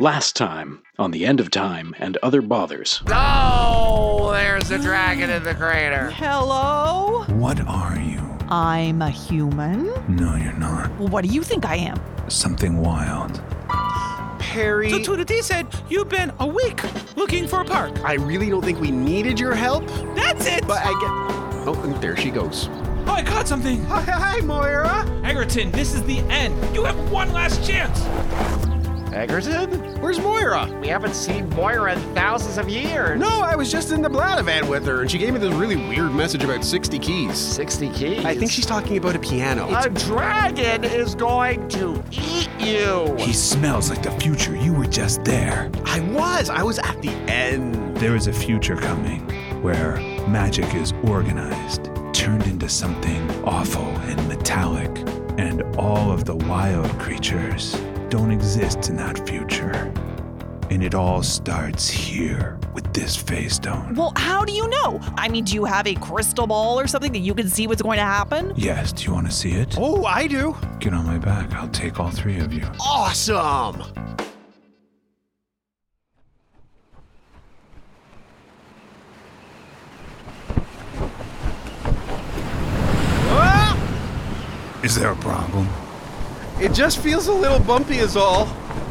Last time on The End of Time and Other Bothers. Oh, there's the dragon in the crater. Hello? What are you? I'm a human. No, you're not. Well, what do you think I am? Something wild. Perry. So Tuna D said, You've been a week looking for a park. I really don't think we needed your help, That's it! but I get. Oh, and there she goes. oh, I caught something! Hi, hi, Moira. Egerton, this is the end. You have one last chance. Egerton, where's Moira? We haven't seen Moira in thousands of years. No, I was just in the Bladavan with her, and she gave me this really weird message about 60 keys. 60 keys. I think she's talking about a piano. A dragon is going to eat you. He smells like the future. You were just there. I was. I was at the end. There is a future coming where magic is organized, turned into something awful and metallic, and all of the wild creatures don't exist in that future. And it all starts here with this face stone. Well, how do you know? I mean, do you have a crystal ball or something that you can see what's going to happen? Yes, do you want to see it? Oh, I do. Get on my back. I'll take all three of you. Awesome. Ah! Is there a problem? It just feels a little bumpy, is all.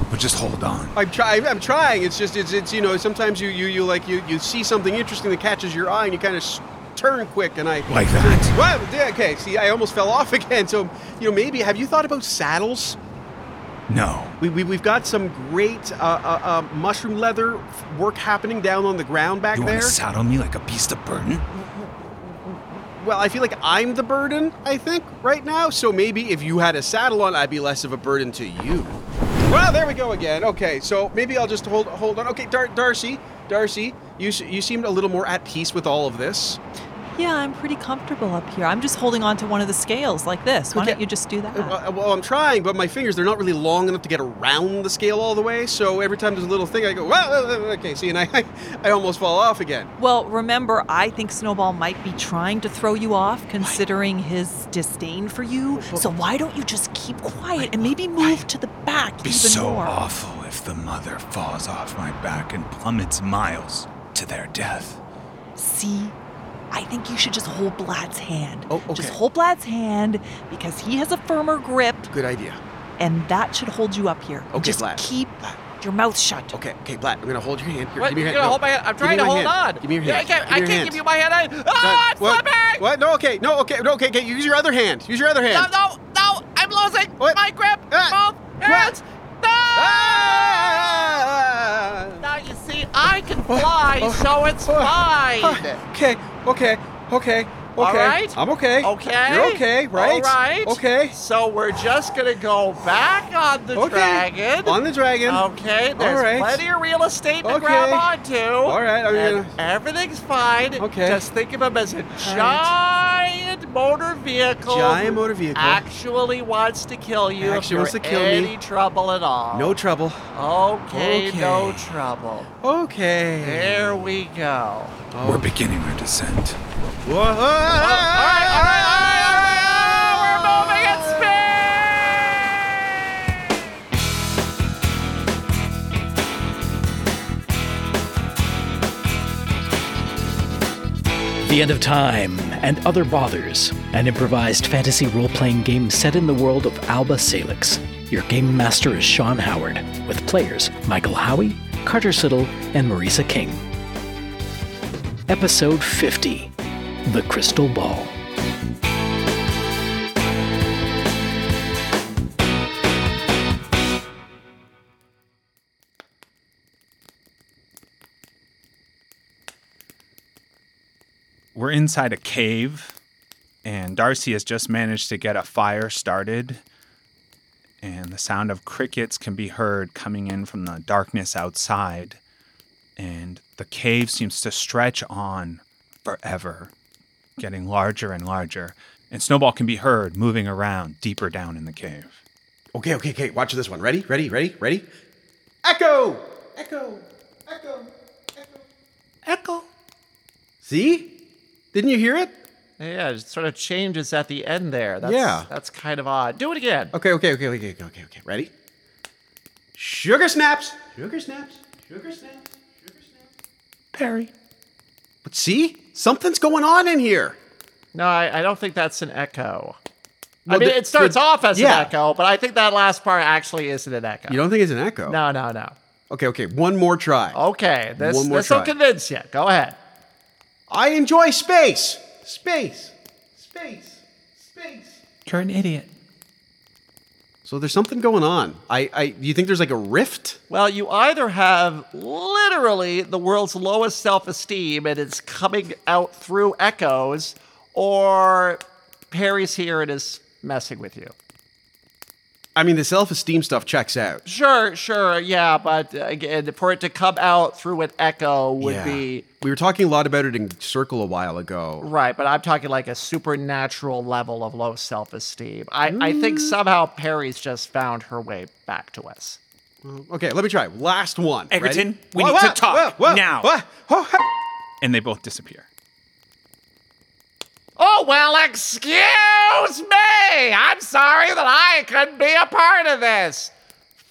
But just hold on. I'm trying. I'm trying. It's just. It's. It's. You know. Sometimes you. You. You like. You. You see something interesting that catches your eye, and you kind of sh- turn quick. And I. Like that? Well, yeah, okay. See, I almost fell off again. So, you know, maybe have you thought about saddles? No. We, we we've got some great uh, uh, uh, mushroom leather f- work happening down on the ground back You want there. to saddle me like a beast of burden? well, I feel like I'm the burden. I think right now. So maybe if you had a saddle on, I'd be less of a burden to you. Well, there we go again. Okay, so maybe I'll just hold hold on. Okay, Dar- Darcy, Darcy, you s- you seemed a little more at peace with all of this. Yeah, I'm pretty comfortable up here. I'm just holding on to one of the scales like this. Why Okay. don't you just do that? Uh, well, I'm trying, but my fingers, they're not really long enough to get around the scale all the way. So every time there's a little thing, I go, "Wow, uh, uh, okay, see, and I, I almost fall off again. well, remember, I think Snowball might be trying to throw you off considering his disdain for you. So why don't you just keep quiet and maybe move to the back be even so more? awful if the mother falls off my back and plummets miles to their death. See, I think you should just hold Blat's hand. Oh, Just okay. hold Blat's hand because he has a firmer grip. Good idea. and that should hold you up here. And Okay, Oh. just Vlad. keep your mouth shut. Okay, okay, Blatt, I'm gonna hold your hand. Here, What? give me your You're gonna hand. No, hold my hand? I'm give me trying to my hold hand. on. Give me your Yeah, I hand. can't, Give me I your can't hand. give you my hand. I, No, ah, it's what? slipping! What? No, okay, no, okay, no, okay, okay. Use your other hand. Use your other hand. No, no, no, I'm losing What? my grip. Ah. Both hands. No! Ah! Now you see, I can Oh. fly, so it's fine. Okay, okay, okay, okay. All right. I'm okay. Okay. You're okay, right? All right. Okay. So we're just gonna go back on the Okay. dragon. On the dragon. Okay. There's right. plenty of real estate to Okay. grab onto. All right, I'm and everything's fine. Okay. Just think of him as a giant motor vehicle. Giant who motor vehicle. Actually wants to kill you. if Actually you're wants to kill me. any trouble at all. No trouble. Okay, No Okay. trouble. Okay. There we go. Oh. We're Oh. beginning our descent. Whoa. All right, Oh, all All right, all right, all right, all right, all right. We're moving at speed. The End of Time and Other Bothers, an improvised fantasy role playing game set in the world of Alba Salix. Your game master is Sean Howard, with players Michael Howie, Carter Siddle, and Marisa King. Episode 50 The Crystal Ball. we're inside a cave, and Darcy has just managed to get a fire started, and the sound of crickets can be heard coming in from the darkness outside, and the cave seems to stretch on forever. getting larger and larger, and Snowball can be heard moving around deeper down in the cave. Okay, okay, okay. Watch this one. Ready, ready, ready, ready. Echo! Echo! Echo! Echo! Echo. See? Didn't you hear it? Yeah, it sort of changes at the end there. That's, Yeah. That's kind of odd. Do it again. Okay, okay, okay, okay, okay, okay, okay. Ready? Sugar snaps! Sugar snaps! Sugar snaps! Sugar snaps! Perry. But see? Something's going on in here. No, I, I don't think that's an echo. I Well, mean, the- it starts the- off as yeah. an echo, but I think that last part actually isn't an echo. You don't think it's an echo? No, no, no. Okay, okay. One more try. Okay, this One more this will try. convince you. Go ahead. I enjoy space. Space. Space. Space. You're an idiot. So there's something going on. I, I, do you think there's like a rift? Well, you either have literally the world's lowest self esteem and it's coming out through echoes, or Perry's here and is messing with you. I mean, the self-esteem stuff checks out. Sure, sure, yeah, but uh, again, for it to come out through an echo would Yeah. be We were talking a lot about it in Circle a while ago. right, but I'm talking like a supernatural level of low self esteem. I, I think somehow Perry's just found her way back to us. Okay, let me try. Last one. Ready? Egerton, we Whoa, need to whoa, talk whoa, whoa, now. whoa, whoa, whoa. And they both disappear. Oh, well, excuse me. I'm sorry that I couldn't be a part of this.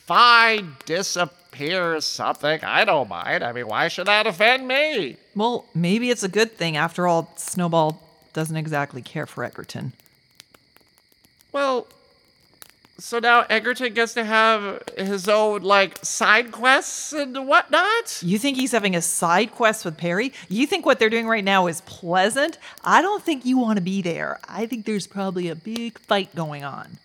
Fine, disappear something. I don't mind. I mean, why should that offend me? Well, maybe it's a good thing. After all, Snowball doesn't exactly care for Egerton. Well, so now Egerton gets to have his own, like, side quests and whatnot? You think he's having a side quest with Perry? You think what they're doing right now is pleasant? I don't think you want to be there. I think there's probably a big fight going on.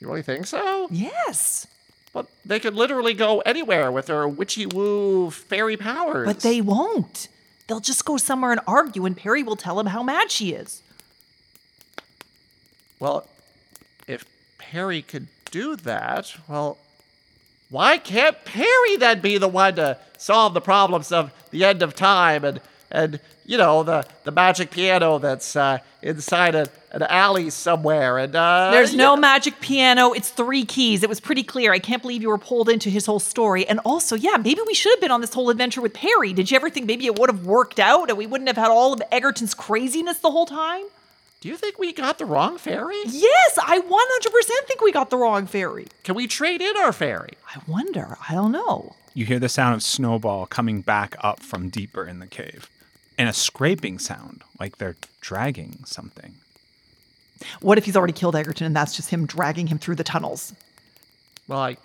You really think so? Yes, But they could literally go anywhere with their witchy woo fairy powers. but they won't. They'll just go somewhere and argue, and Perry will tell him how mad she is. Well, if Perry could do that, well, why can't Perry then be the one to solve the problems of the end of time and and you know the the magic piano that's uh, inside a, an alley somewhere and uh, There's you- no magic piano. It's three keys. It was pretty clear. I can't believe you were pulled into his whole story. And also, yeah, maybe we should have been on this whole adventure with Perry. Did you ever think maybe it would have worked out and we wouldn't have had all of Egerton's craziness the whole time? Do you think we got the wrong fairy? Yes, I 100% think we got the wrong fairy. Can we trade in our fairy? I wonder. I don't know. You hear the sound of Snowball coming back up from deeper in the cave, and a scraping sound like they're dragging something. What if he's already killed Egerton and that's just him dragging him through the tunnels? Well, I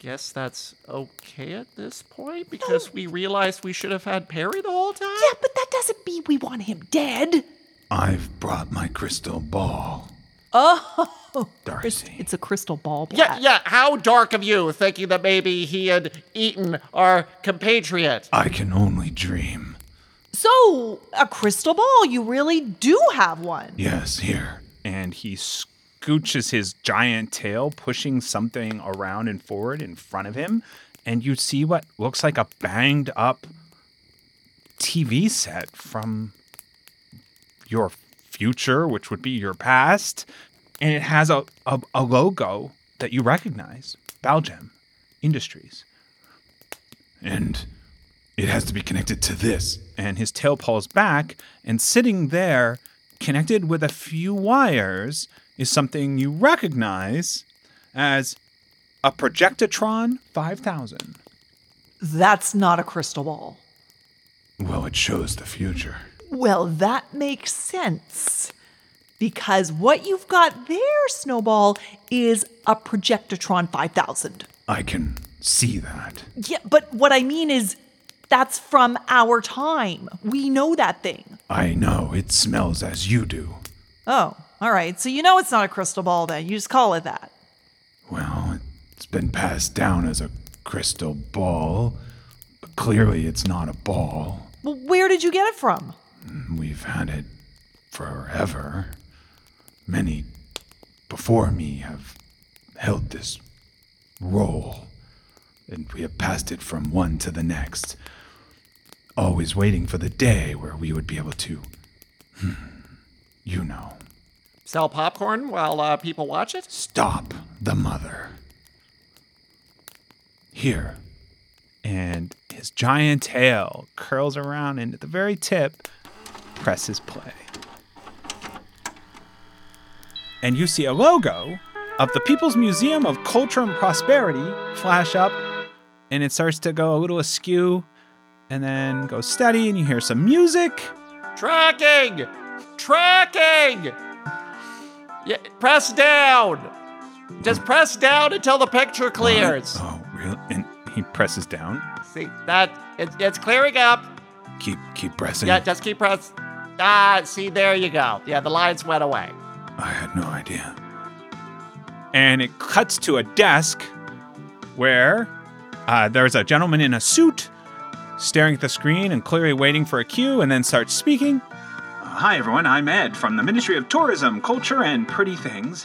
guess that's okay at this point because we realized we should have had Perry the whole time. Yeah, but that doesn't mean we want him dead. I've brought my crystal ball, Oh, Darcy. it's a crystal ball. Yeah, Blat. yeah. How dark of you thinking that maybe he had eaten our compatriot. I can only dream. So, a crystal ball, you really do have one. Yes, here. and he scooches his giant tail, pushing something around and forward in front of him. And you see what looks like a banged up TV set from your future, which would be your past. And it has a, a, a logo that you recognize Balgem Industries. And it has to be connected to this. and his tail pulls back, and sitting there, connected with a few wires, is something you recognize as a Projectatron 5000. That's not a crystal ball. Well, it shows the future. Well, that makes sense. Because what you've got there, Snowball, is a Projectatron 5000. I can see that. Yeah, but what I mean is that's from our time. We know that thing. I know it smells as you do. Oh, all right. So you know it's not a crystal ball then. You just call it that. Well, it's been passed down as a crystal ball, but clearly it's not a ball. Well, where did you get it from? We've had it forever. Many before me have held this role, and we have passed it from one to hmm, the next, always waiting for the day where we would be able to You know. Sell popcorn while uh, people watch it? Stop the mother. Here. And his giant tail curls around and at the very tip presses play. And you see a logo of the People's Museum of Culture and Prosperity flash up and it starts to go a little askew and then goes steady and you hear some music. Tracking! Tracking! Yeah, press down! Just press down until the picture clears. Oh, really? And he presses down. See, that, it, it's clearing up. Keep keep pressing. Yeah, just keep press. Ah, see, there you go. Yeah, the lines went away. I had no idea. And it cuts to a desk where uh, there's a gentleman in a suit staring at the screen and clearly waiting for a cue and then starts speaking. Hi, everyone. I'm Ed from the Ministry of Tourism, Culture, and Pretty Things.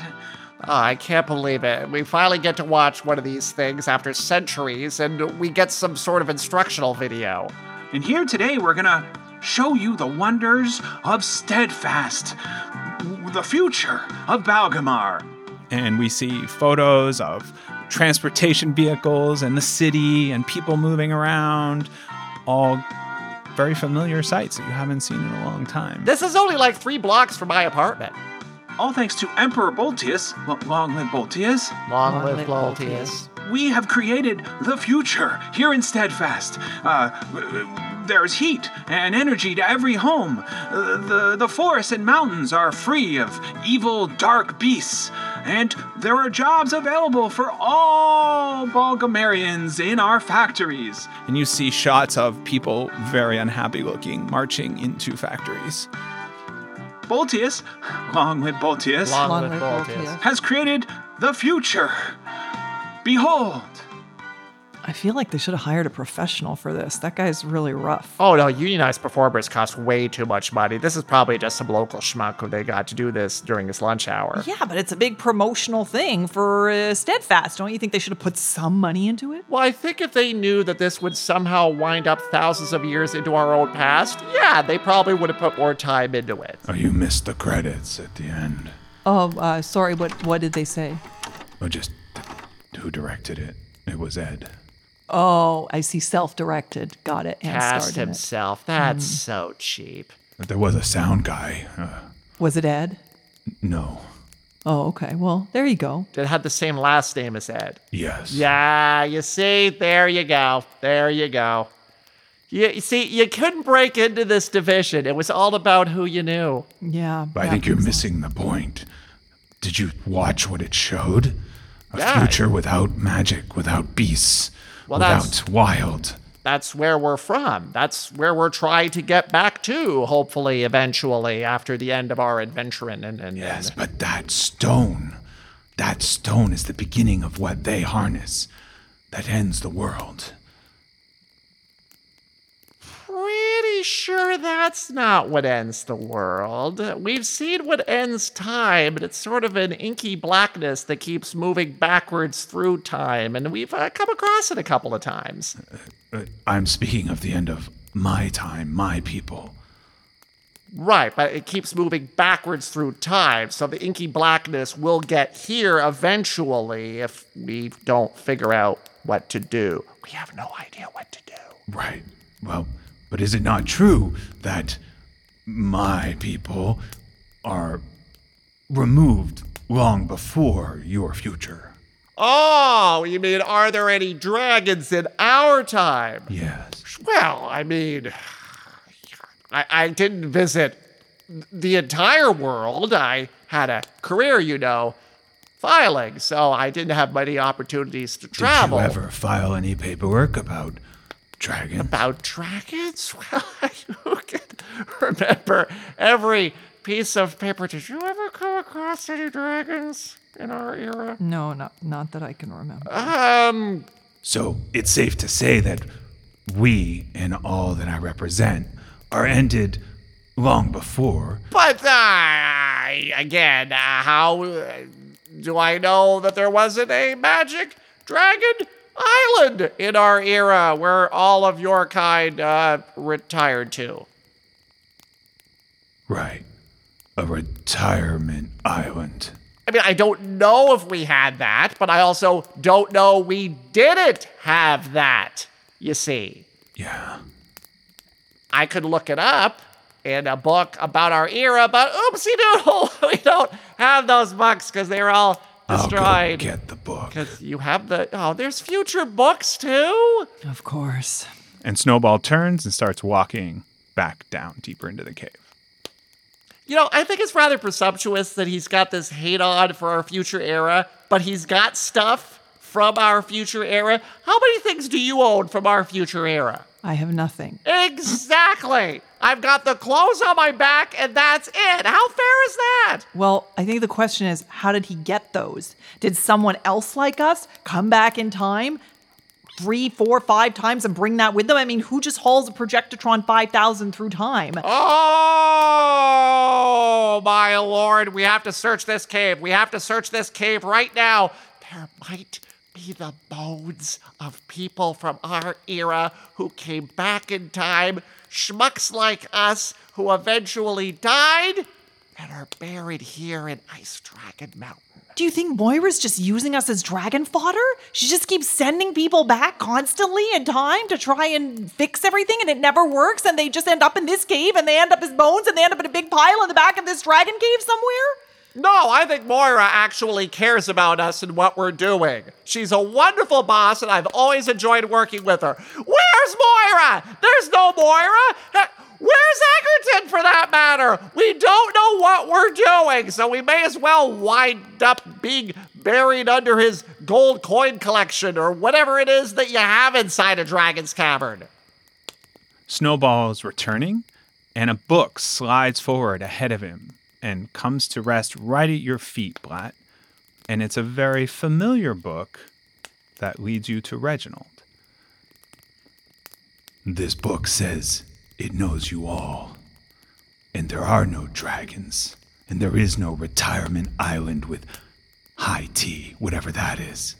Oh, I can't believe it. We finally get to watch one of these things after centuries, and we get some sort of instructional video. And here today, we're gonna show you the wonders of Steadfast, the future of Balgamar. And we see photos of transportation vehicles and the city and people moving around, all very familiar sights that you haven't seen in a long time. This is only like three blocks from my apartment. all thanks to Emperor Boltius, long live Boltius, Long live Gloltius. we have created the future here in Steadfast. Uh, there's heat and energy to every home. Uh, the, the forests and mountains are free of evil, dark beasts. And there are jobs available for all Balgamarians in our factories. And you see shots of people very unhappy looking marching into factories. Boltius, long live Boltius Long live Gloltius. has created the future. Behold. I feel like they should have hired a professional for this. That guy's really rough. Oh no, unionized performers cost way too much money. This is probably just some local schmuck who they got to do this during his lunch hour. Yeah, but it's a big promotional thing for uh, Steadfast. Don't you think they should have put some money into it? Well, I think if they knew that this would somehow wind up thousands of years into our own past, yeah, they probably would have put more time into it. Oh, you missed the credits at the end. Oh, uh, sorry. What what did they say? Oh, just who directed it? It was Ed. Oh, I see. Self-directed. Got it. And Cast starred in it. Mm-hmm. himself. That's so cheap. But there was a sound guy. Uh, Was it Ed? no. Oh, okay. Well, there you go. It had the same last name as Ed. Yes. Yeah, you see, there you go. There you go. You, you see, you couldn't break into this division. It was all about who you knew. Yeah. But I think you're missing the point. Did you watch what it showed? A Yeah. future without magic, without beasts, Well, that's- without wild. That's where we're from. That's where we're trying to get back to, hopefully, eventually, after the end of our adventure. And, and, and Yes, but that stone, that stone is the beginning of what they harness that ends the world. pretty sure that's not what ends the world. We've seen what ends time, and it's sort of an inky blackness that keeps moving backwards through time. And we've uh, come across it a couple of times. Uh, I'm speaking of the end of my time, my people. Right, but it keeps moving backwards through time, so the inky blackness will get here eventually if we don't figure out what to do. We have no idea what to do. Right. Well, but is it not true that my people are removed long before your future? Oh, you mean are there any dragons in our time? Yes. Well, I mean, I, I didn't visit the entire world. I had a career, you know, filing, so I didn't have many opportunities to travel. Did you ever file any paperwork about dragons? about dragons? Well, you can remember every piece of paper. Did you ever come across any dragons in our era? No, not not that I can remember. Um, So it's safe to say that we and all that I represent are ended long before. but uh, I- again, uh, how uh, do I know that there wasn't a magic dragon island in our era where all of your kind uh, retired to? Right. A retirement island. I mean, I don't know if we had that, but I also don't know we didn't have that, you see. Yeah. I could look it up in a book about our era, but oopsie doodle, we don't have those books because they were all Oh, I'll go destroyed. get the book. Because you have the oh, there's future books too. Of course. And Snowball turns and starts walking back down deeper into the cave. You know, I think it's rather presumptuous that he's got this hate on for our future era, but he's got stuff from our future era. How many things do you own from our future era? I have nothing. Exactly. I've got the clothes on my back, and that's it. How fair is that? Well, I think the question is how did he get those? Did someone else like us come back in time three, four, five times and bring that with them? I mean, who just hauls a Projectitron 5000 through time? Oh, my lord. We have to search this cave. We have to search this cave right now. There might be the bones of people from our era who came back in time, schmucks like us who eventually died and are buried here in Ice Dragon Mountain. Do you think Moira's just using us as dragon fodder? She just keeps sending people back constantly in time to try and fix everything, and it never works, and they just end up in this cave, and they end up as bones, and they end up in a big pile in the back of this dragon cave somewhere? No, I think Moira actually cares about us and what we're doing. She's a wonderful boss, and I've always enjoyed working with her. Where's Moira? There's no Moira. Eh, Where's Egerton, for that matter? We don't know what we're doing, so we may as well wind up being buried under his gold coin collection or whatever it is that you have inside a dragon's cavern. Snowball is returning, and a book slides forward ahead of him and comes to rest right at your feet, Blatt. And it's a very familiar book that leads you to Reginald. This book says it knows you all. And there are no dragons. And there is no retirement island with high tea, whatever that is.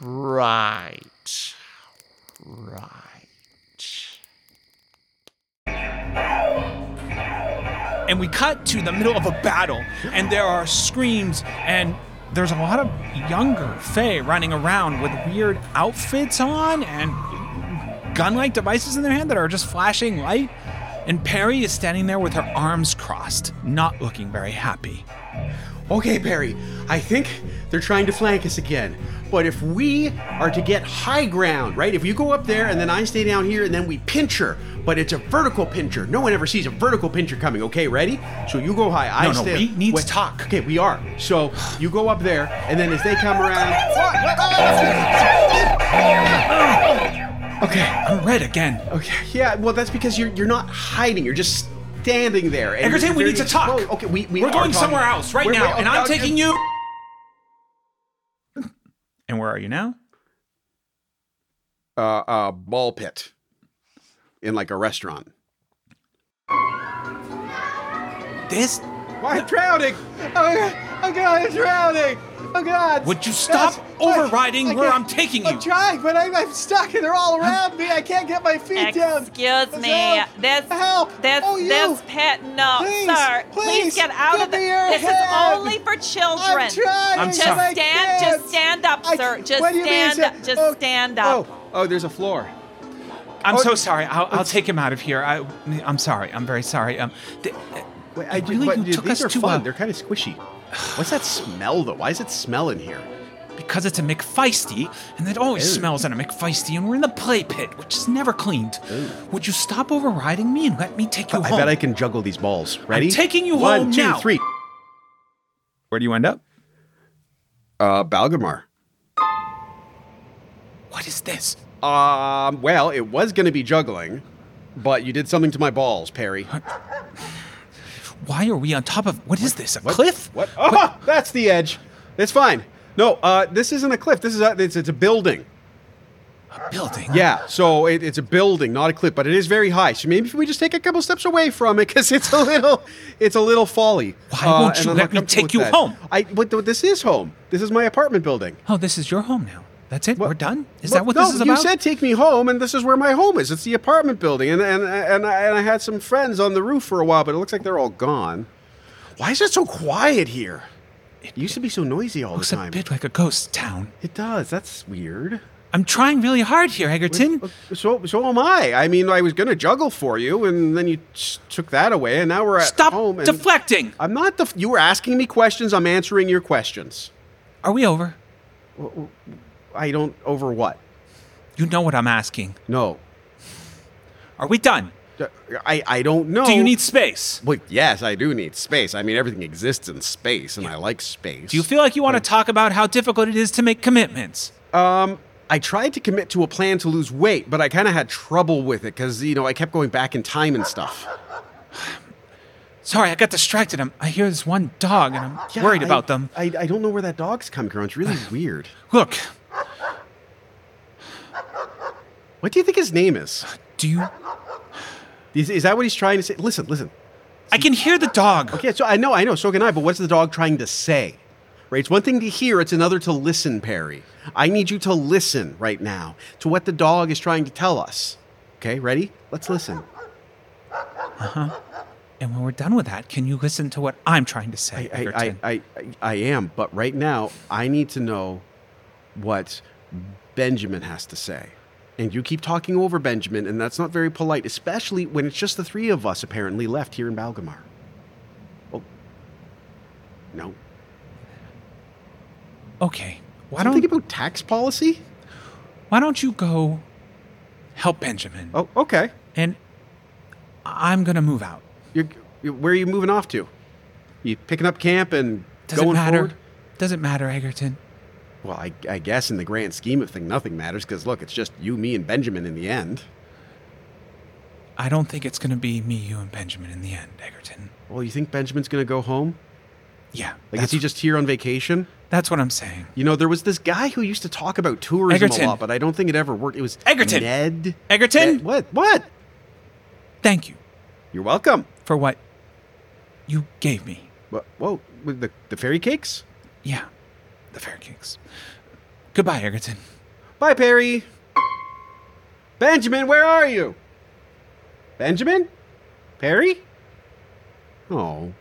Right. Right. And we cut to the middle of a battle, and there are screams, and there's a lot of younger Fae running around with weird outfits on and gun like devices in their hand that are just flashing light. And Perry is standing there with her arms crossed, not looking very happy. Okay, Perry, I think they're trying to flank us again. But if we are to get high ground, right? If you go up there and then I stay down here and then we pinch her, but it's a vertical pincher. No one ever sees a vertical pincher coming. Okay, ready? So you go high. I No, no, stay. we need to Wait, talk. Okay, we are. So you go up there, and then as they come around, Okay, I'm red again. okay, yeah. Well, that's because you're you're not hiding. You're just standing there. And Egerton, we they're need to just- talk. Well, okay, we, we We're are going talking. somewhere else right We're- now, we're- and I'm okay, taking you. And where are you now? Uh, uh, ball pit in like a restaurant. This. Why I'm drowning? Oh god, oh god, I'm drowning! Oh god! Would you stop That's- overriding where can't- I'm taking you? I'm trying, but I'm, I'm stuck and they're all around me. I can't get my feet down. Excuse me. Help. That's help. that's oh, you. that's pet. No, Please, sir. please, get out give of the. me your This hand. is only for children. I'm trying. I'm but sorry. Just I stand. can't. Just stand up, I- sir. Just what do you mean, stand sir? up. Just Oh, stand up. Oh, oh, there's a floor. I'm so sorry. I'll, I'll take him out of here. I, I'm sorry. I'm very sorry. Um, th- Wait, I It do- really but, you dude, took these us are to fun. a- They're kind of squishy. What's that smell though? Why is it smell in here? because it's a McFeisty, and it always smells at a McFeisty, and we're in the play pit, which is never cleaned. Would you stop overriding me and let me take you I home? bet I can juggle these balls. Ready? taking you One, home two, now. three. Where do you end up? Uh, Balgamar. What is this? Um, well, it was going to be juggling, but you did something to my balls, Perry. Why are we on top of what is this? A cliff? What? Oh, that's the edge. It's fine. No, uh, this isn't a cliff. This is a, it's, it's a building. A building? Yeah, so it, it's a building, not a cliff, but it is very high. So maybe if we just take a couple steps away from it, because it's a little, it's a little folly. Uh, Why won't you and I'm let not me comfortable take with you that. home? I, but th- this is home. This is my apartment building. Oh, this is your home now. That's it. We're done. Is Well, that what no, this is about? You said take me home, and this is where my home is. It's the apartment building, and and and I, and I had some friends on the roof for a while, but it looks like they're all gone. Why is it so quiet here? It used to be so noisy all the Looks a time. bit like a ghost town. It does. That's weird. I'm trying really hard here, Egerton. So so am I. I mean, I was gonna juggle for you, and then you s- took that away, and now we're at Stop home. and- deflecting. I'm not. Def- you were asking me questions. I'm answering your questions. Are we over? I don't over what. You know what I'm asking. No, Are we done? I I don't know. Do you need space? Well, yes, I do need space. I mean, everything exists in space, and I like space. Do you feel like you want to talk about how difficult it is to make commitments? Um, I tried to commit to a plan to lose weight, but I kind of had trouble with it because you know I kept going back in time and stuff. Sorry, I got distracted. I'm, I hear this one dog, and I'm Yeah, worried I- about them. I, I don't know where that dog's come from. It's really weird. Look, What do you think his name is? do you? Is, is that what he's trying to say? Listen, listen. I can hear the dog. Yeah, so I know, I know, so can I. But what's the dog trying to say? Right? It's one thing to hear; it's another to listen, Perry. I need you to listen right now to what the dog is trying to tell us. Okay, ready? Let's listen. And when we're done with that, can you listen to what I'm trying to say, I, Egerton? I, I, I, I am, but right now I need to know what Benjamin has to say. And you keep talking over Benjamin, and that's not very polite, especially when it's just the three of us apparently left here in Balgamar. Oh. No. okay. Why Something don't about tax policy? Why don't you go help Benjamin? Oh, okay. And I'm gonna move out. You're, you where are you moving off to? You picking up camp and Does going it matter? forward? Does it matter, Egerton? Well, I, I guess in the grand scheme of things, nothing matters because look, it's just you, me, and Benjamin in the end. I don't think it's gonna be me, you, and Benjamin in the end, Egerton. Well, you think Benjamin's going to go home? Yeah. Like, that's, is he just here on vacation? that's what I'm saying. You know, there was this guy who used to talk about tourism Egerton. a lot, but I don't think it ever worked. It was Egerton. Ned. Egerton? Ned- what? What? Thank you You're welcome. for what you gave me. Wha- Whoa, with the, the fairy cakes? Yeah. The fair kings. Goodbye, Egerton. Bye, Perry. Benjamin, where are you? Benjamin? Perry? Oh.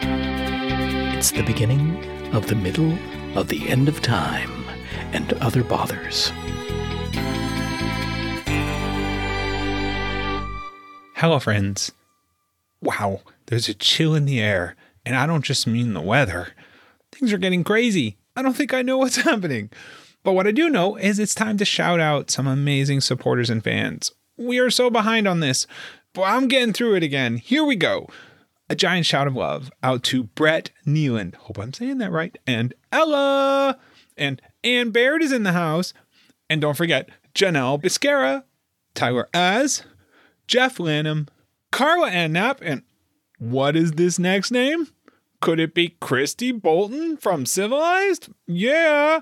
It's the beginning of the middle of the end of time and other bothers. Hello, friends. Wow, there's a chill in the air, and I don't just mean the weather. Things are getting crazy. I don't think I know what's happening. But what I do know is it's time to shout out some amazing supporters and fans. We are so behind on this, but I'm getting through it again. Here we go. A giant shout of love out to Brett Neeland. Hope I'm saying that right. And Ella. And Ann Baird is in the house. And don't forget Janelle Biscara, Tyler Az, Jeff Lanham, Carla Annap, and what is this next name? Could it be Christy Bolton from Civilized? Yeah.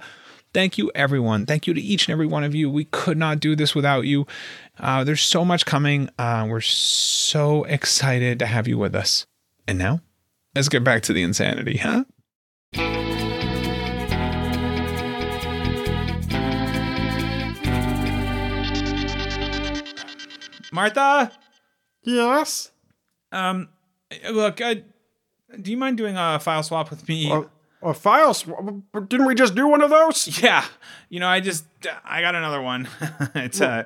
Thank you, everyone. Thank you to each and every one of you. We could not do this without you. Uh, there's so much coming. Uh, we're so excited to have you with us. And now, let's get back to the insanity, huh? Martha, Yes? um, look, uh, do you mind doing a file swap with me? A file swap? Didn't we just do one of those? Yeah, you know, I just I got another one. it's uh,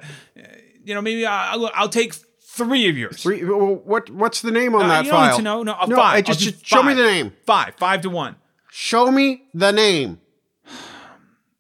you know, maybe I'll, I'll take three of yours. Three, well, what What's the name on Uh, that you don't file? need to know. No, a no five. I I'll just, do just show me five. the name. Five, five to one. Show me the name.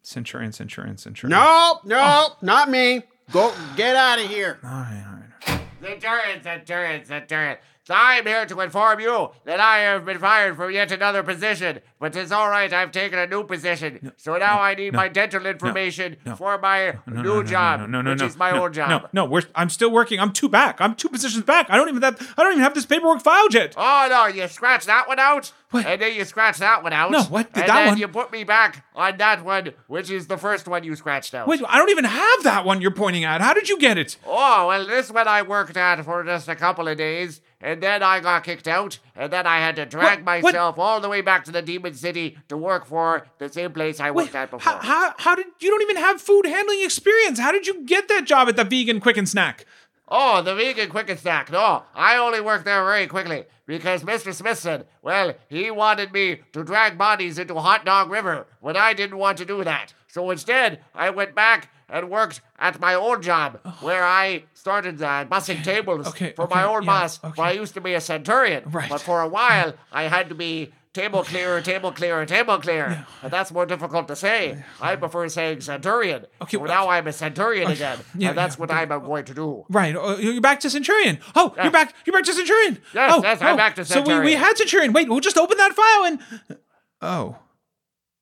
Centurion, centurion, centurion. No, no, not me. Go get out of here. All right, all right. Centurion, Centurion, Centurion. I'm here to inform you that I have been fired from yet another position, but it's all right. I've taken a new position, so now I need my dental information no, for my No, no, new no, no, job, No, no, no, which no, is my no, old job. No, no, we're, I'm still working. I'm two back. I'm two positions back. I don't even have I don't even have this paperwork filed yet. Oh no! You scratch that one out, What? and then you scratch that one out. No, what? That And then one- you put me back on that one, which is the first one you scratched out. Wait, I don't even have that one you're pointing at. How did you get it? Oh well, this one I worked at for just a couple of days, and then I got kicked out, and then I had to drag What- what- myself all the way back to the Demon City to work for the same place I Wait, worked at how, before. how, how did you don't even have food handling experience? How did you get that job at the vegan quick and snack? Oh, the vegan quick and snack. No, I only worked there very quickly because Mr. Smithson, well, he wanted me to drag bodies into Hot Dog River when I didn't want to do that. So instead, I went back and worked at my own job where I started uh, bussing tables okay, for my okay, own yeah, boss. okay. But I used to be a centurion. Right. But for a while, I had to be table clearer, table clearer, table clearer. And that's more difficult to say. I prefer saying centurion. Okay, so well- now I'm a centurion again. yeah, and that's yeah, what I'm uh, going to do. Right, oh, you're back to Centurion. Oh, you're back. You're back to Centurion. Yes, oh, yes, I'm back to So we, we Centurion. had Centurion. Wait, we'll just open that file and. Oh,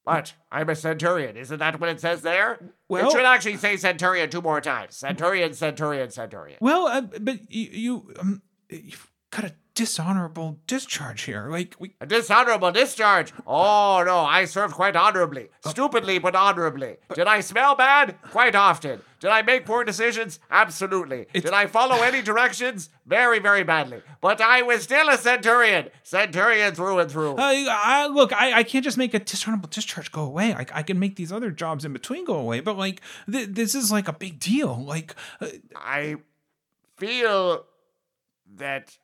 But I'm a centurion. Isn't that what it says there? Well- it should actually say centurion two more times. Centurion, centurion, centurion. well, uh, but you, you um, you've got a dishonorable discharge here. Like we A dishonorable discharge. Oh no, I served quite honorably. Stupidly, but honorably. Did I smell bad? Quite often. Did I make poor decisions? Absolutely. Did I follow any directions? Very, very badly. But I was still a centurion. Centurion through and through. I, uh, I look, I, I can't just make a dishonorable discharge go away. I, I can make these other jobs in between go away, but like th- this is like a big deal. Like, uh, I feel that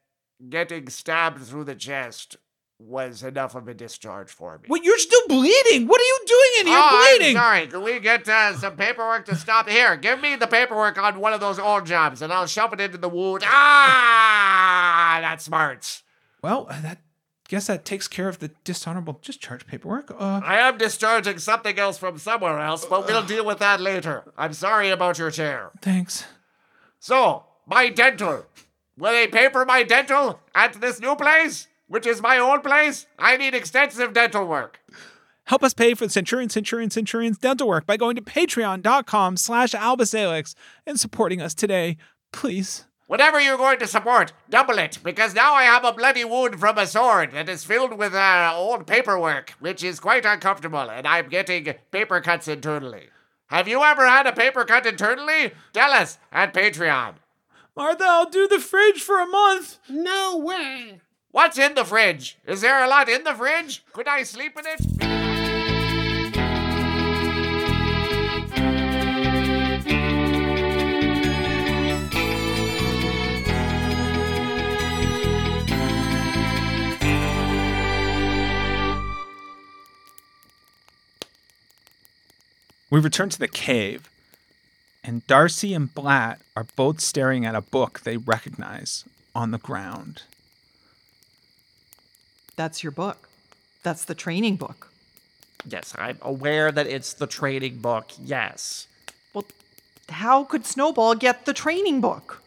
getting stabbed through the chest was enough of a discharge for me. wait, you're still bleeding. What are you doing in here? oh, bleeding. I'm sorry. Can we get uh, some paperwork to stop here? Give me the paperwork on one of those old jobs, and I'll shove it into the wound. Ah, that smarts. Well, uh, that guess that takes care of the dishonorable discharge paperwork. Uh, I am discharging something else from somewhere else, but we'll deal with that later. I'm sorry about your chair. thanks. So, my dental. Will they pay for my dental at this new place, which is my old place? I need extensive dental work. Help us pay for the Centurion, Centurion, Centurion's dental work by going to patreon.com slash albasalix and supporting us today, please. Whatever you're going to support, double it, because now I have a bloody wound from a sword that is filled with uh, old paperwork, which is quite uncomfortable, and I'm getting paper cuts internally. Have you ever had a paper cut internally? Tell us at Patreon. Martha, I'll do the fridge for a month. No way. What's in the fridge? Is there a lot in the fridge? Could I sleep in it? We return to the cave, and Darcy and Blatt are both staring at a book they recognize on the ground. That's your book. That's the training book. Yes, I'm aware that it's the trading book. Yes. Well, how could Snowball get the training book?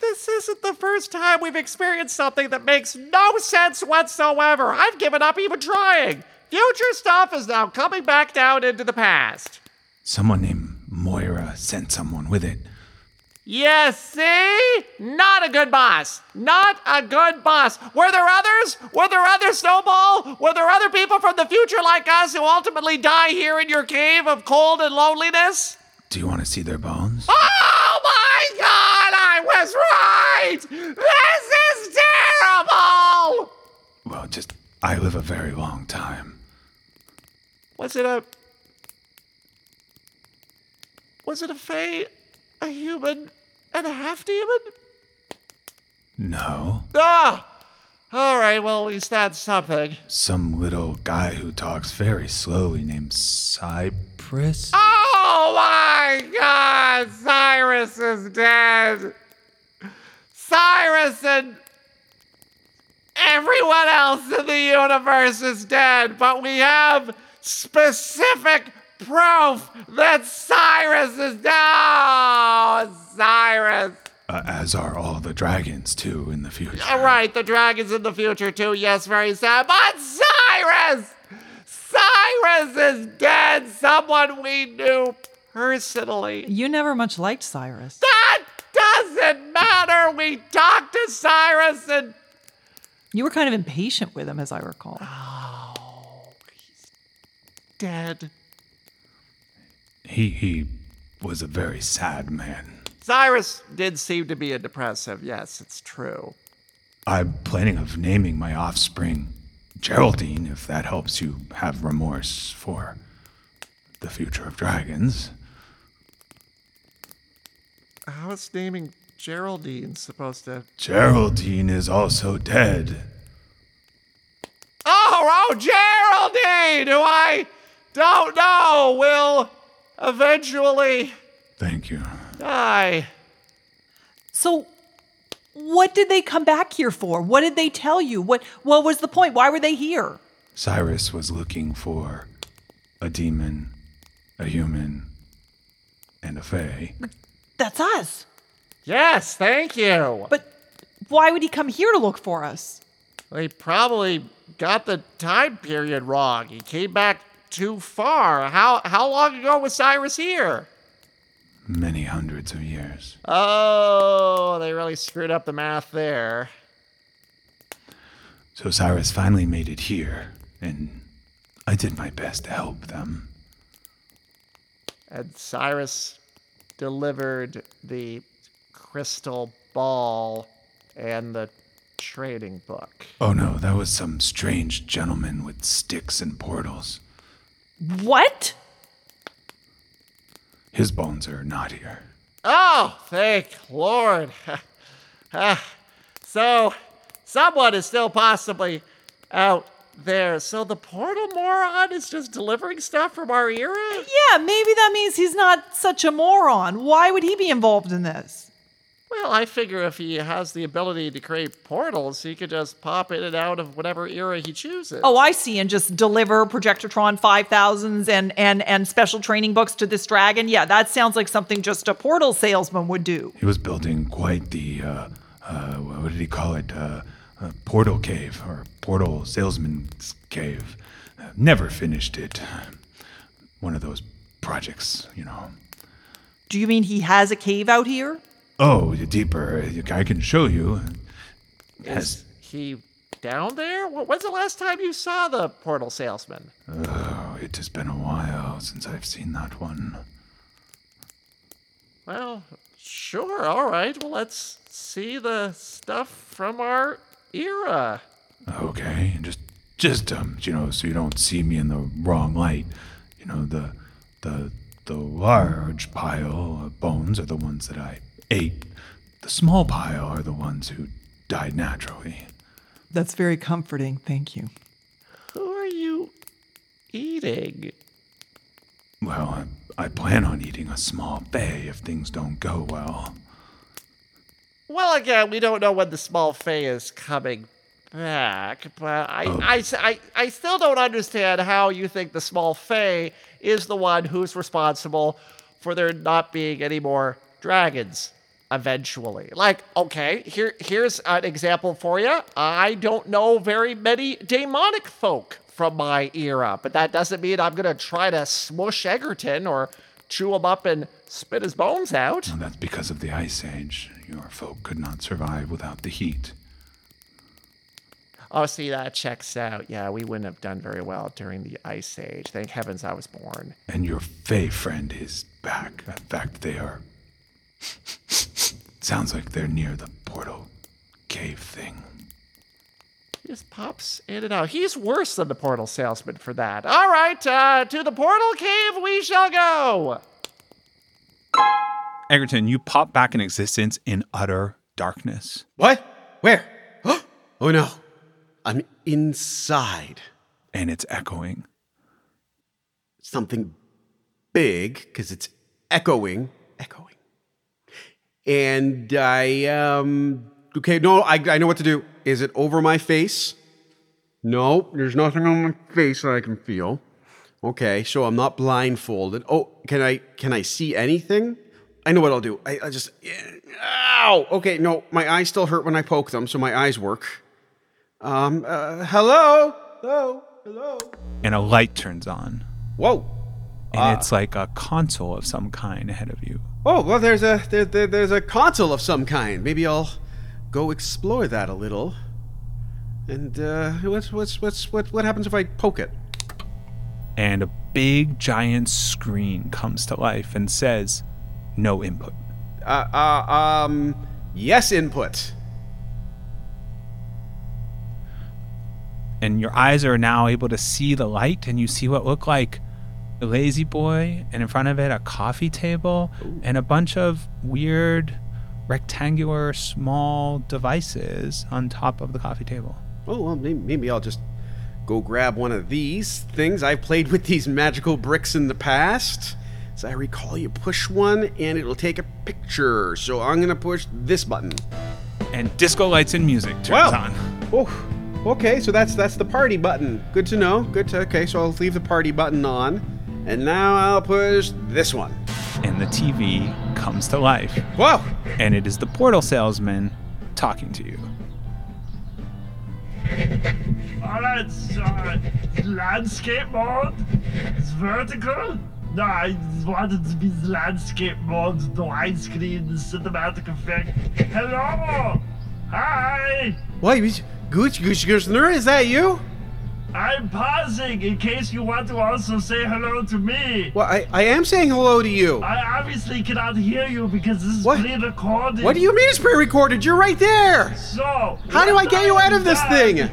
This isn't the first time we've experienced something that makes no sense whatsoever. I've given up even trying. Future stuff is now coming back down into the past. Someone named Moira sent someone with it. Yes, see? Not a good boss. Not a good boss. Were there others? Were there others, Snowball? Were there other people from the future like us who ultimately die here in your cave of cold and loneliness? Do you want to see their bones? Ah! Oh my god, I was right! This is terrible! Well, just I live a very long time. Was it a. Was it a fae, a human, and a half demon? No, Ah! Alright, well, at least that's something. some little guy who talks very slowly named Cypress. uh, Oh my god! Cyrus is dead! Cyrus and. Everyone else in the universe is dead, but we have specific proof that Cyrus is dead! Oh, Cyrus! Uh, as are all the dragons too in the future. All right, the dragon's in the future too. Yes, very sad. But Cyrus! Cyrus is dead! Someone we knew personally. You never much liked Cyrus. That doesn't matter! We talked to Cyrus and. You were kind of impatient with him, as I recall. Dead. He he was a very sad man. Cyrus did seem to be a depressive. Yes, it's true. I'm planning of naming my offspring Geraldine, if that helps you have remorse for the future of dragons. How is naming Geraldine supposed to? Geraldine is also dead. Oh, oh, Geraldine, who I don't know will eventually Thank you. die. So what did they come back here for? What did they tell you? What what was the point? Why were they here? Cyrus was looking for a demon, a human, and a fae. That's us. Yes, thank you. But why would he come here to look for us? They probably got the time period wrong. He came back too far. How how long ago was Cyrus here? Many hundreds of years. Oh, they really screwed up the math there. So Cyrus finally made it here, and I did my best to help them. And Cyrus delivered the crystal ball and the trading book. Oh no, that was some strange gentleman with sticks and portals. What? His bones are not here. Oh, thank Lord. Ah, so, someone is still possibly out there. So, the portal moron is just delivering stuff from our era? Yeah, maybe that means he's not such a moron. Why would he be involved in this? Well, I figure if he has the ability to create portals, he could just pop in and out of whatever era he chooses. Oh, I see. And just deliver Projectortron 5000s and, and, and special training books to this dragon. Yeah, that sounds like something just a portal salesman would do. He was building quite the, uh, uh, what did he call it? Uh, uh, portal cave, or portal salesman's cave. Never finished it. One of those projects, you know. Do you mean he has a cave out here? Oh, deeper. I can show you. Has, He down there? Wh- When's the last time you saw the portal salesman? oh, it has been a while since I've seen that one. Well, sure, all right. Well, let's see the stuff from our era. Okay, and just just um, you know, so you don't see me in the wrong light. You know, the the the large pile of bones are the ones that I ate. The small pile are the ones who died naturally. That's very comforting. Thank you. Who are you eating? Well, I, I plan on eating a small bay if things don't go well. Well, again, we don't know when the small Fae is coming back, but I, I s- I- I still don't understand how you think the small Fae is the one who's responsible for there not being any more dragons eventually. Like, okay, here here's an example for you. I don't know very many demonic folk from my era, but that doesn't mean I'm going to try to smush Egerton or chew him up and spit his bones out. And that's because of the ice age. Your folk could not survive without the heat. Oh, see, that checks out. Yeah, we wouldn't have done very well during the Ice Age. Thank heavens I was born. And your Fey friend is back. In fact, they are. Sounds like they're near the portal cave thing. He just pops in and out. He's worse than the portal salesman for that. All right, uh, to the portal cave we shall go. Egerton, you pop back in existence in utter darkness. What? Where? oh no. I'm inside. And it's echoing. Something big, because it's echoing. Echoing. And I um okay, no, I, I know what to do. Is it over my face? No, there's nothing on my face that I can feel. Okay, so I'm not blindfolded. Oh, can I can I see anything? I know what I'll do. I, I just ow. Okay, no, my eyes still hurt when I poke them, so my eyes work. Um, uh, hello, hello, hello. And a light turns on. Whoa. And it's like a console of some kind ahead of you. Oh well, there's a there, there, there's a console of some kind. Maybe I'll go explore that a little. And uh, what's what's what's what what happens if I poke it? And a big giant screen comes to life and says, No input. Uh, uh, um, yes, input. and your eyes are now able to see the light and you see what look like a lazy boy and in front of it a coffee table and a bunch of weird rectangular small devices on top of the coffee table Oh, well, may- maybe I'll just go grab one of these things. I've played with these magical bricks in the past. As I recall, you push one and it'll take a picture. So I'm going to push this button. and disco lights and music turns Wow. on Oh, okay. So that's that's the party button. Good to know. Good to okay. So I'll leave the party button on, and now I'll push this one. and the tv comes to life Whoa! and it is the portal salesman talking to you Alles uh, landscape mode? It's vertical? No, I just wanted to be landscape mode, the widescreen, the cinematic effect. Hello! Hi! Wait, Gooch Gooch Goochner, is that you? I'm pausing in case you want to also say hello to me. Well, I, I am saying hello to you. I obviously cannot hear you because this is What? pre-recorded. What do you mean it's pre-recorded? You're right there. So How do I get you out of this thing? To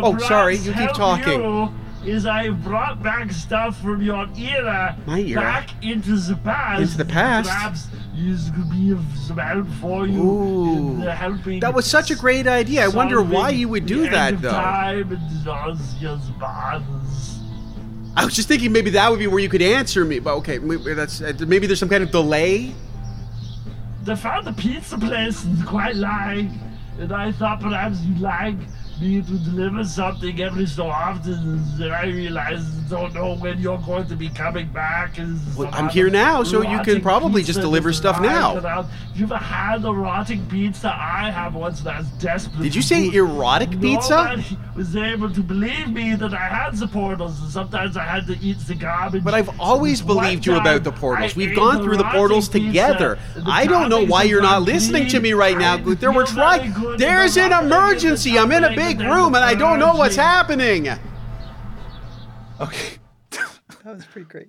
Oh, sorry, you keep perhaps help talking. you is I brought back stuff from your era, My era? back into the past. Into the past? Perhaps this could be of some help for you in Ooh. the helping. That was such a great idea. I wonder why solving you would do the end that, of though. Time and nauseous bonds. I was just thinking maybe that would be where you could answer me, but okay, maybe that's uh, maybe there's some kind of delay. They found a pizza place and quite like, and I thought perhaps you'd like me to deliver something every so often. And then I realized I don't know when you're going to be coming back. And Well, some I'm other here now, so you can rotting probably pizza just deliver that's stuff now. arrived around. If you've ever had a rotting pizza, I have one, so that's desperate. Did you say food. erotic pizza? Nobody was able to believe me that I had the portals, and sometimes I had to eat the garbage. But I've always One believed you about the time, portals. I We've ate gone the through the rotting portals pizza, together. and the I don't know toppings why were you're not not listening to clean. me right now, I Gunther. We're feel very trying. good in There's the an rotting pizza emergency. I'm in a big toppings and room and I don't know what's happening. allergy. Eh, okay That was pretty great.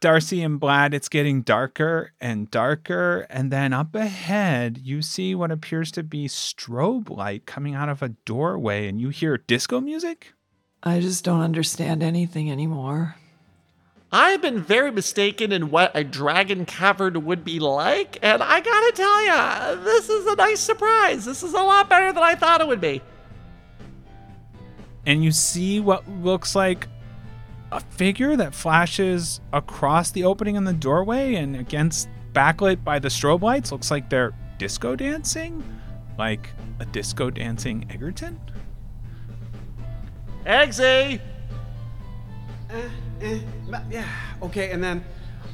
Darcy and Blad, it's getting darker and darker. And then up ahead, you see what appears to be strobe light coming out of a doorway, and you hear disco music? I just don't understand anything anymore. I've been very mistaken in what a dragon cavern would be like, and I gotta tell ya, this is a nice surprise. This is a lot better than I thought it would be. And you see what looks like a figure that flashes across the opening in the doorway and against backlit by the strobe lights. Looks like they're disco dancing, like a disco dancing Egerton. Eggsy! Eh, ma- yeah, okay, and then,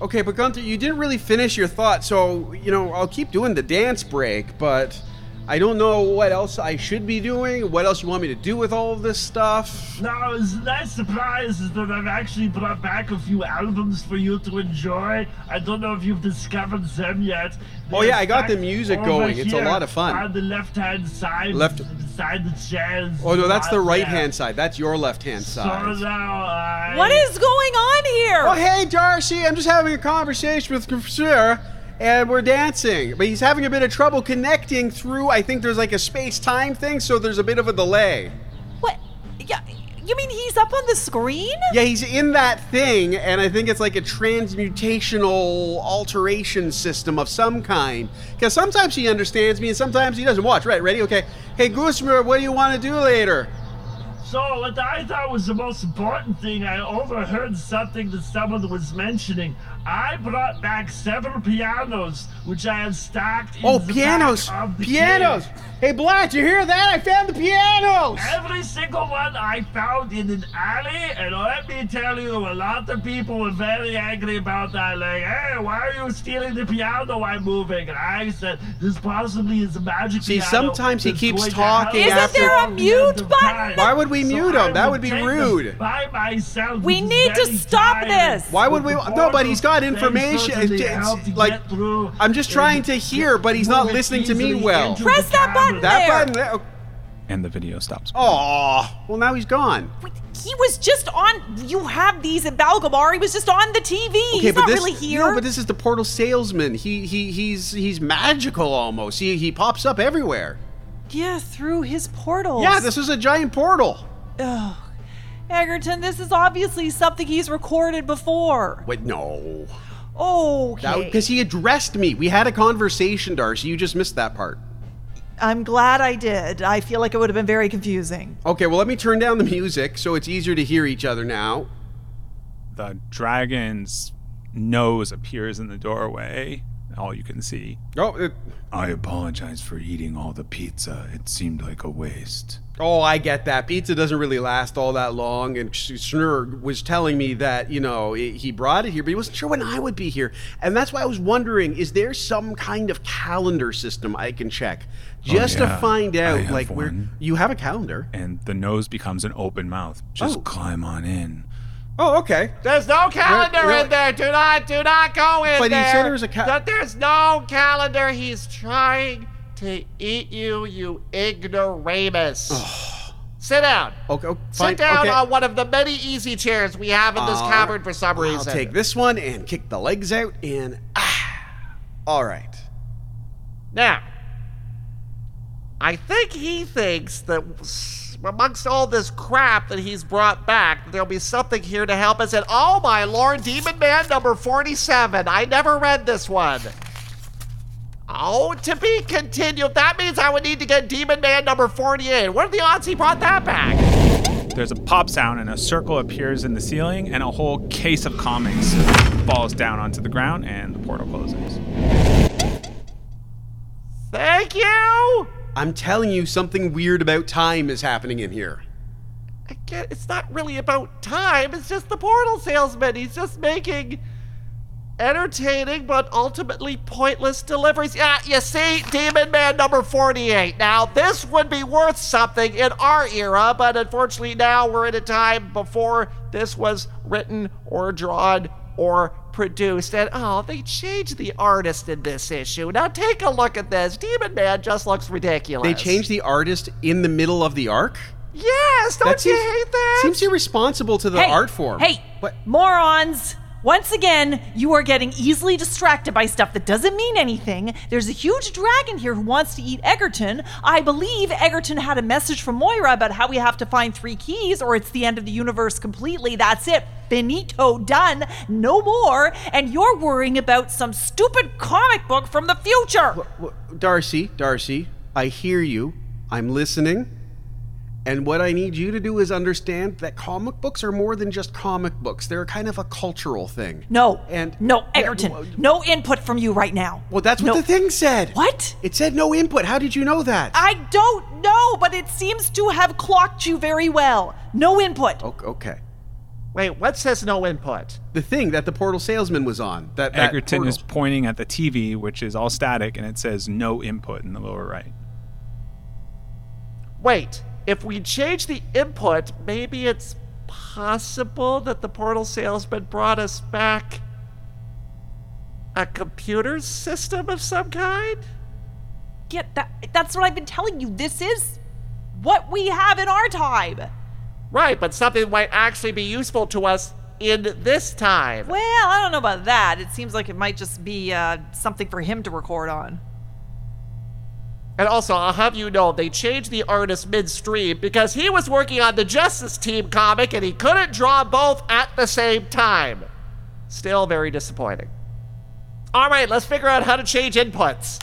okay, but Gunther, you didn't really finish your thought, so you know I'll keep doing the dance break, but I don't know what else I should be doing. What else you want me to do with all of this stuff? Now, it's a nice surprise is that I've actually brought back a few albums for you to enjoy. I don't know if you've discovered them yet. Oh, yeah, I got the back music over going. It's a here lot of fun. On the left-hand side, Left- beside the chairs. Oh no, that's the Right right there. hand side. That's your left hand So side. now, I... What is going on here? Oh hey, Darcy, I'm just having a conversation with Professor, and we're dancing, but he's having a bit of trouble connecting through. I think there's like a space time thing, so there's a bit of a delay. What? oh. Yeah, you mean he's up on the screen? Yeah, he's in that thing, and I think it's like a transmutational alteration system of some kind. Because sometimes he understands me, and sometimes he doesn't. Watch, right? Ready? Okay. Hey, Goosemer, what do you want to do later? So what I thought was the most important thing, I overheard something that someone was mentioning. I brought back several pianos, which I had stacked in Oh, the back pianos! of the Pianos! cave. Hey, Blatch, you hear that? I found the pianos! Every single one I found in an alley, and let me tell you, a lot of people were very angry about that. Like, hey, why are you stealing the piano I'm moving? And I said, this possibly is a magic See, piano sometimes he that's keeps going to happen talking Isn't after- there a from the end mute of button? time. Why would we mute I him? That would be take them rude. By myself. We This need to very stop time. this. Why would we? With the No, but he's got portals, they information. It's, certainly it's helped to like get through I'm just and trying to hear, but he's not move it listening to me easily well. into Press the that cavern. button. that There. button. There, and the video stops. Aw, well, now he's gone. He was just on. You have these in Balgamar. He was just on the TV. He's not this, really here. No, but this is the portal salesman. He he he's he's magical almost. He he pops up everywhere. yeah, through his portals. Yeah, this is a giant portal. Ugh. Oh, Egerton, this is obviously something he's recorded before. Wait, no. Okay. Because he addressed me. We had a conversation, Darcy. You just missed that part. I'm glad I did. I feel like it would have been very confusing. Okay, well, let me turn down the music so it's easier to hear each other now. The dragon's nose appears in the doorway. All you can see. Oh, it, I apologize for eating all the pizza. It seemed like a waste. oh, I get that. Pizza doesn't really last all that long. And Schnurr was telling me that, you know, i he brought it here, but he wasn't sure when I would be here. And that's why I was wondering is there some kind of calendar system I can check just Oh, yeah. to find out, I have like, where one. you have a calendar? And the nose becomes an open mouth. Just climb on in. Oh, okay. There's no calendar really? in there. Do not, do not go in But he there. said there was a ca- That there's no calendar. He's trying to eat you, you ignoramus. Sit down. Okay, okay, fine, Sit down okay. on one of the many easy chairs we have in this All cavern for some I'll reason. take this one and kick the legs out and ah. All right. Now, I think he thinks that s- amongst all this crap that he's brought back, there'll be something here to help us. And oh my lord, Demon Man number 47. I never read this one. Oh, to be continued. That means I would need to get Demon Man number 48. What are the odds he brought that back? There's a pop sound, and a circle appears in the ceiling, and a whole case of comics falls down onto the ground, and the portal closes. Thank you. I'm telling you, something weird about time is happening in here. I get it's not really about time, it's just the portal salesman. He's just making entertaining but ultimately pointless deliveries. Yeah, you see, Demon Man number 48. Now, this would be worth something in our era, but unfortunately now we're in a time before this was written or drawn or produced. And oh, they changed the artist in this issue. Now take a look at this. Demon Man just looks ridiculous. They changed the artist in the middle of the arc? Yes, don't you hate that? Seems irresponsible to the hey, art form. Hey, What? morons! Once again, you are getting easily distracted by stuff that doesn't mean anything. There's a huge dragon here who wants to eat Egerton. I believe Egerton had a message from Moira about how we have to find three keys or it's the end of the universe completely. That's it. Benito done. No more. And you're worrying about some stupid comic book from the future. Well, Darcy, Darcy, I hear you. I'm listening. And what I need you to do is understand that comic books are more than just comic books. They're kind of a cultural thing. No. And- no, Yeah, Egerton. w- no input from you right now. Well, that's what No. the thing said. What? It said no input. How did you know that? I don't know, but it seems to have clocked you very well. No input. O- Oh, okay. Wait, what says no input? The thing that the portal salesman was on. That, that Egerton is portal. pointing at the TV, which is all static, and it says no input in the lower right. Wait, if we change the input, maybe it's possible that the portal salesman brought us back a computer system of some kind? Get that that's what I've been telling you. This is what we have in our time. Right, but something might actually be useful to us in this time. Well, I don't know about that. It seems like it might just be uh, something for him to record on. And also, I'll have you know, they changed the artist midstream because he was working on the Justice Team comic and he couldn't draw both at the same time. Still very disappointing. All right, let's figure out how to change inputs.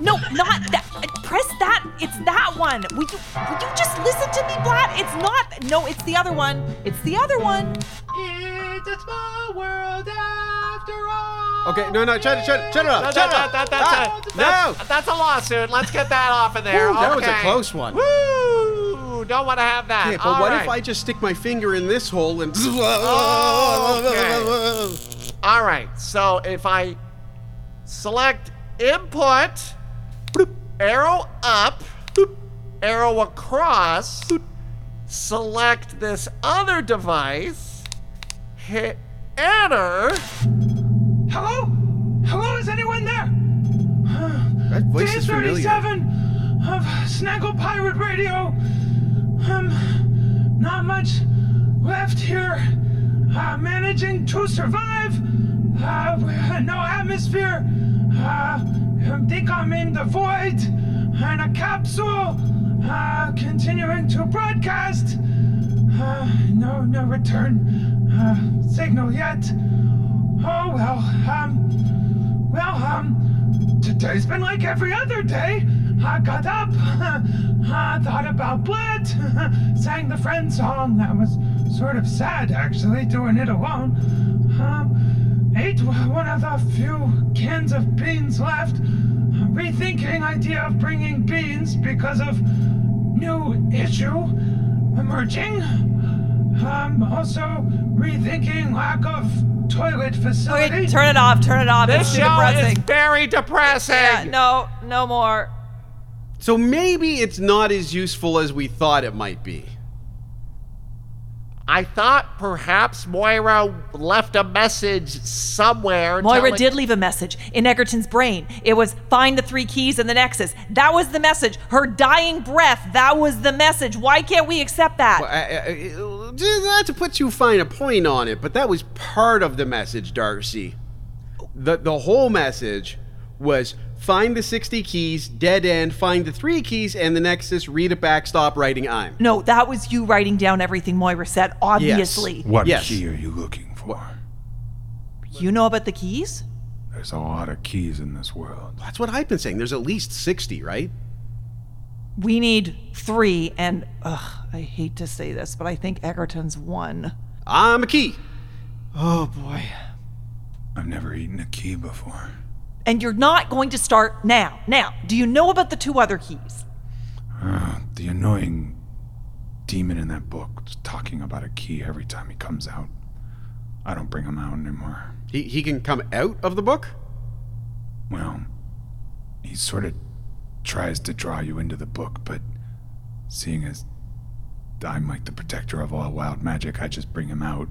No, not that. uh, Press that. It's that one. Would you, would you just listen to me, Blat? It's not. No, it's the other one. It's the other one. It's a small world after all. Okay, no, no, shut it, shut it, shut it No, up, that- shut it that- up. that- that's, Ah, a, no. that's, that's a lawsuit. Let's get that off of there. Ooh, that was a Okay. close one. Woo! Don't want to have that. Okay, but All what right. if I just stick my finger in this hole and? Oh, All right, so if I select input, arrow up, arrow across, select this other device, hit enter. Hello? Hello, is anyone there? That voice Day is familiar. 37! of Snaggle Pirate Radio. Um, not much left here. Uh, managing to survive. Uh, no atmosphere. Uh, I think I'm in the void. In a capsule. Uh, continuing to broadcast. Uh, no, no return uh, signal yet. Oh well. Um, well, um, today's been like every other day. I got up, I thought about blood, sang the friend song. That was sort of sad, actually, doing it alone. Um, ate w- one of the few cans of beans left. Rethinking idea of bringing beans because of new issue emerging. Um, also rethinking lack of toilet facility. Okay, turn it off. Turn it off. This it's too show is depressing. very depressing. Yeah, no, no more. So maybe it's not as useful as we thought it might be. I thought perhaps Moira left a message somewhere. Moira telling- did leave a message in Egerton's brain. It was find the three keys and the nexus. That was the message. Her dying breath. That was the message. Why can't we accept that? I- I- I- Not to put too fine a point on it, but that was part of the message, Darcy. The, the whole message was find the 60 keys, dead end, find the three keys, and the nexus, read it back, stop writing I'm. no, that was you writing down everything Moira said. Obviously, What Yes. key are you looking for? you know about the keys. There's a lot of keys in this world. That's what I've been saying. There's at least 60, right? We need three, and ugh, I hate to say this, but I think Egerton's one. I'm a key. Oh boy. I've never eaten a key before. And you're not going to start now. Now, do you know about the two other keys? Uh, The annoying demon in that book is talking about a key every time he comes out. I don't bring him out anymore. He, he can come out of the book? Well, he sort of tries to draw you into the book, but seeing as I'm like the protector of all wild magic, I just bring him out.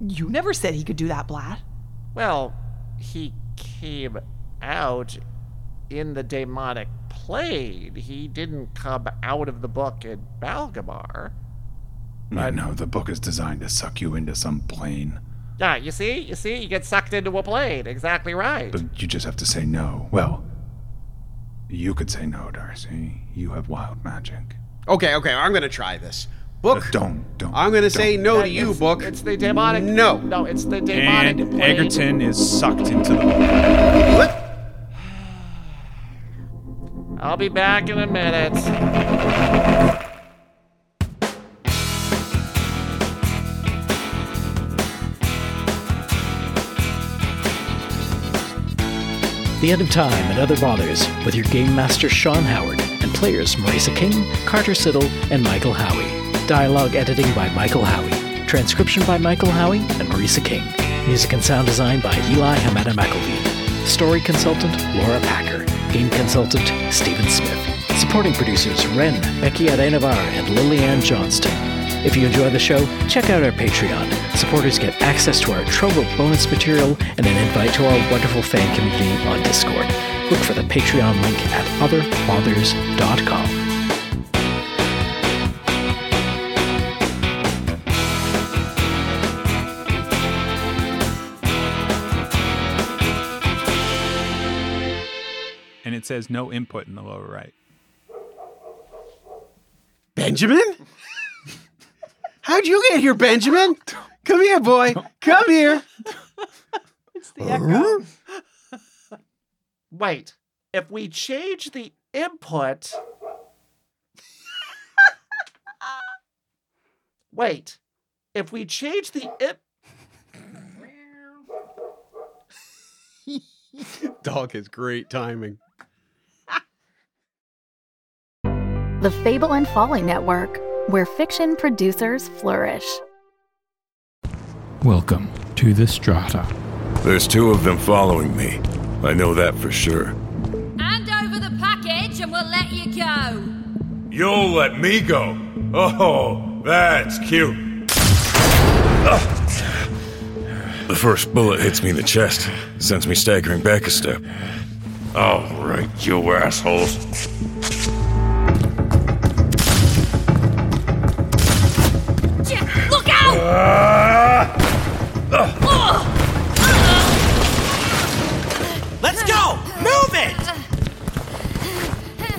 You never said he could do that, Blad. Well, he came out in the demonic plane. He didn't come out of the book in Balgamar. I know the book is designed to suck you into some plane, Yeah, you see, you see, you get sucked into a plane. Exactly right. but you just have to say no. Well, you could say no, Darcy. You have wild magic. Okay, okay, I'm going to try this. Book, Don't, don't. I'm going to say no to you, It's- book. It's the demonic. No. no, it's the demonic And plane. Egerton is sucked into the. I'll be back in a minute. The End of Time and Other Bothers with your Game Master Sean Howard and players Marisa King, Carter Siddle, and Michael Howie. Dialogue editing by Michael Howie. Transcription by Michael Howie and Marisa King. Music and sound design by Eli Hamada McElveen. Story consultant Laura Packer. Game consultant Stephen Smith. Supporting producers Ren, Becky Arenavar, and Lillianne Johnston. If you enjoy the show, check out our Patreon. Supporters get access to our trove of bonus material and an invite to our wonderful fan community on Discord. Look for the Patreon link at otherfathers.com. And it says no input in the lower right. Benjamin? How'd you get here, Benjamin? Come here, boy. Come here. Wait, if we change the input. Wait, if we change the input. Dog has great timing. The Fable and Folly Network, where fiction producers flourish. Welcome to the Strata. There's two of them following me. I know that for sure. Hand over the package and we'll let you go. You'll let me go. Oh, that's cute. The first bullet hits me in the chest, sends me staggering back a step. All right, you assholes. Jeff, look out! Let's go! Move it!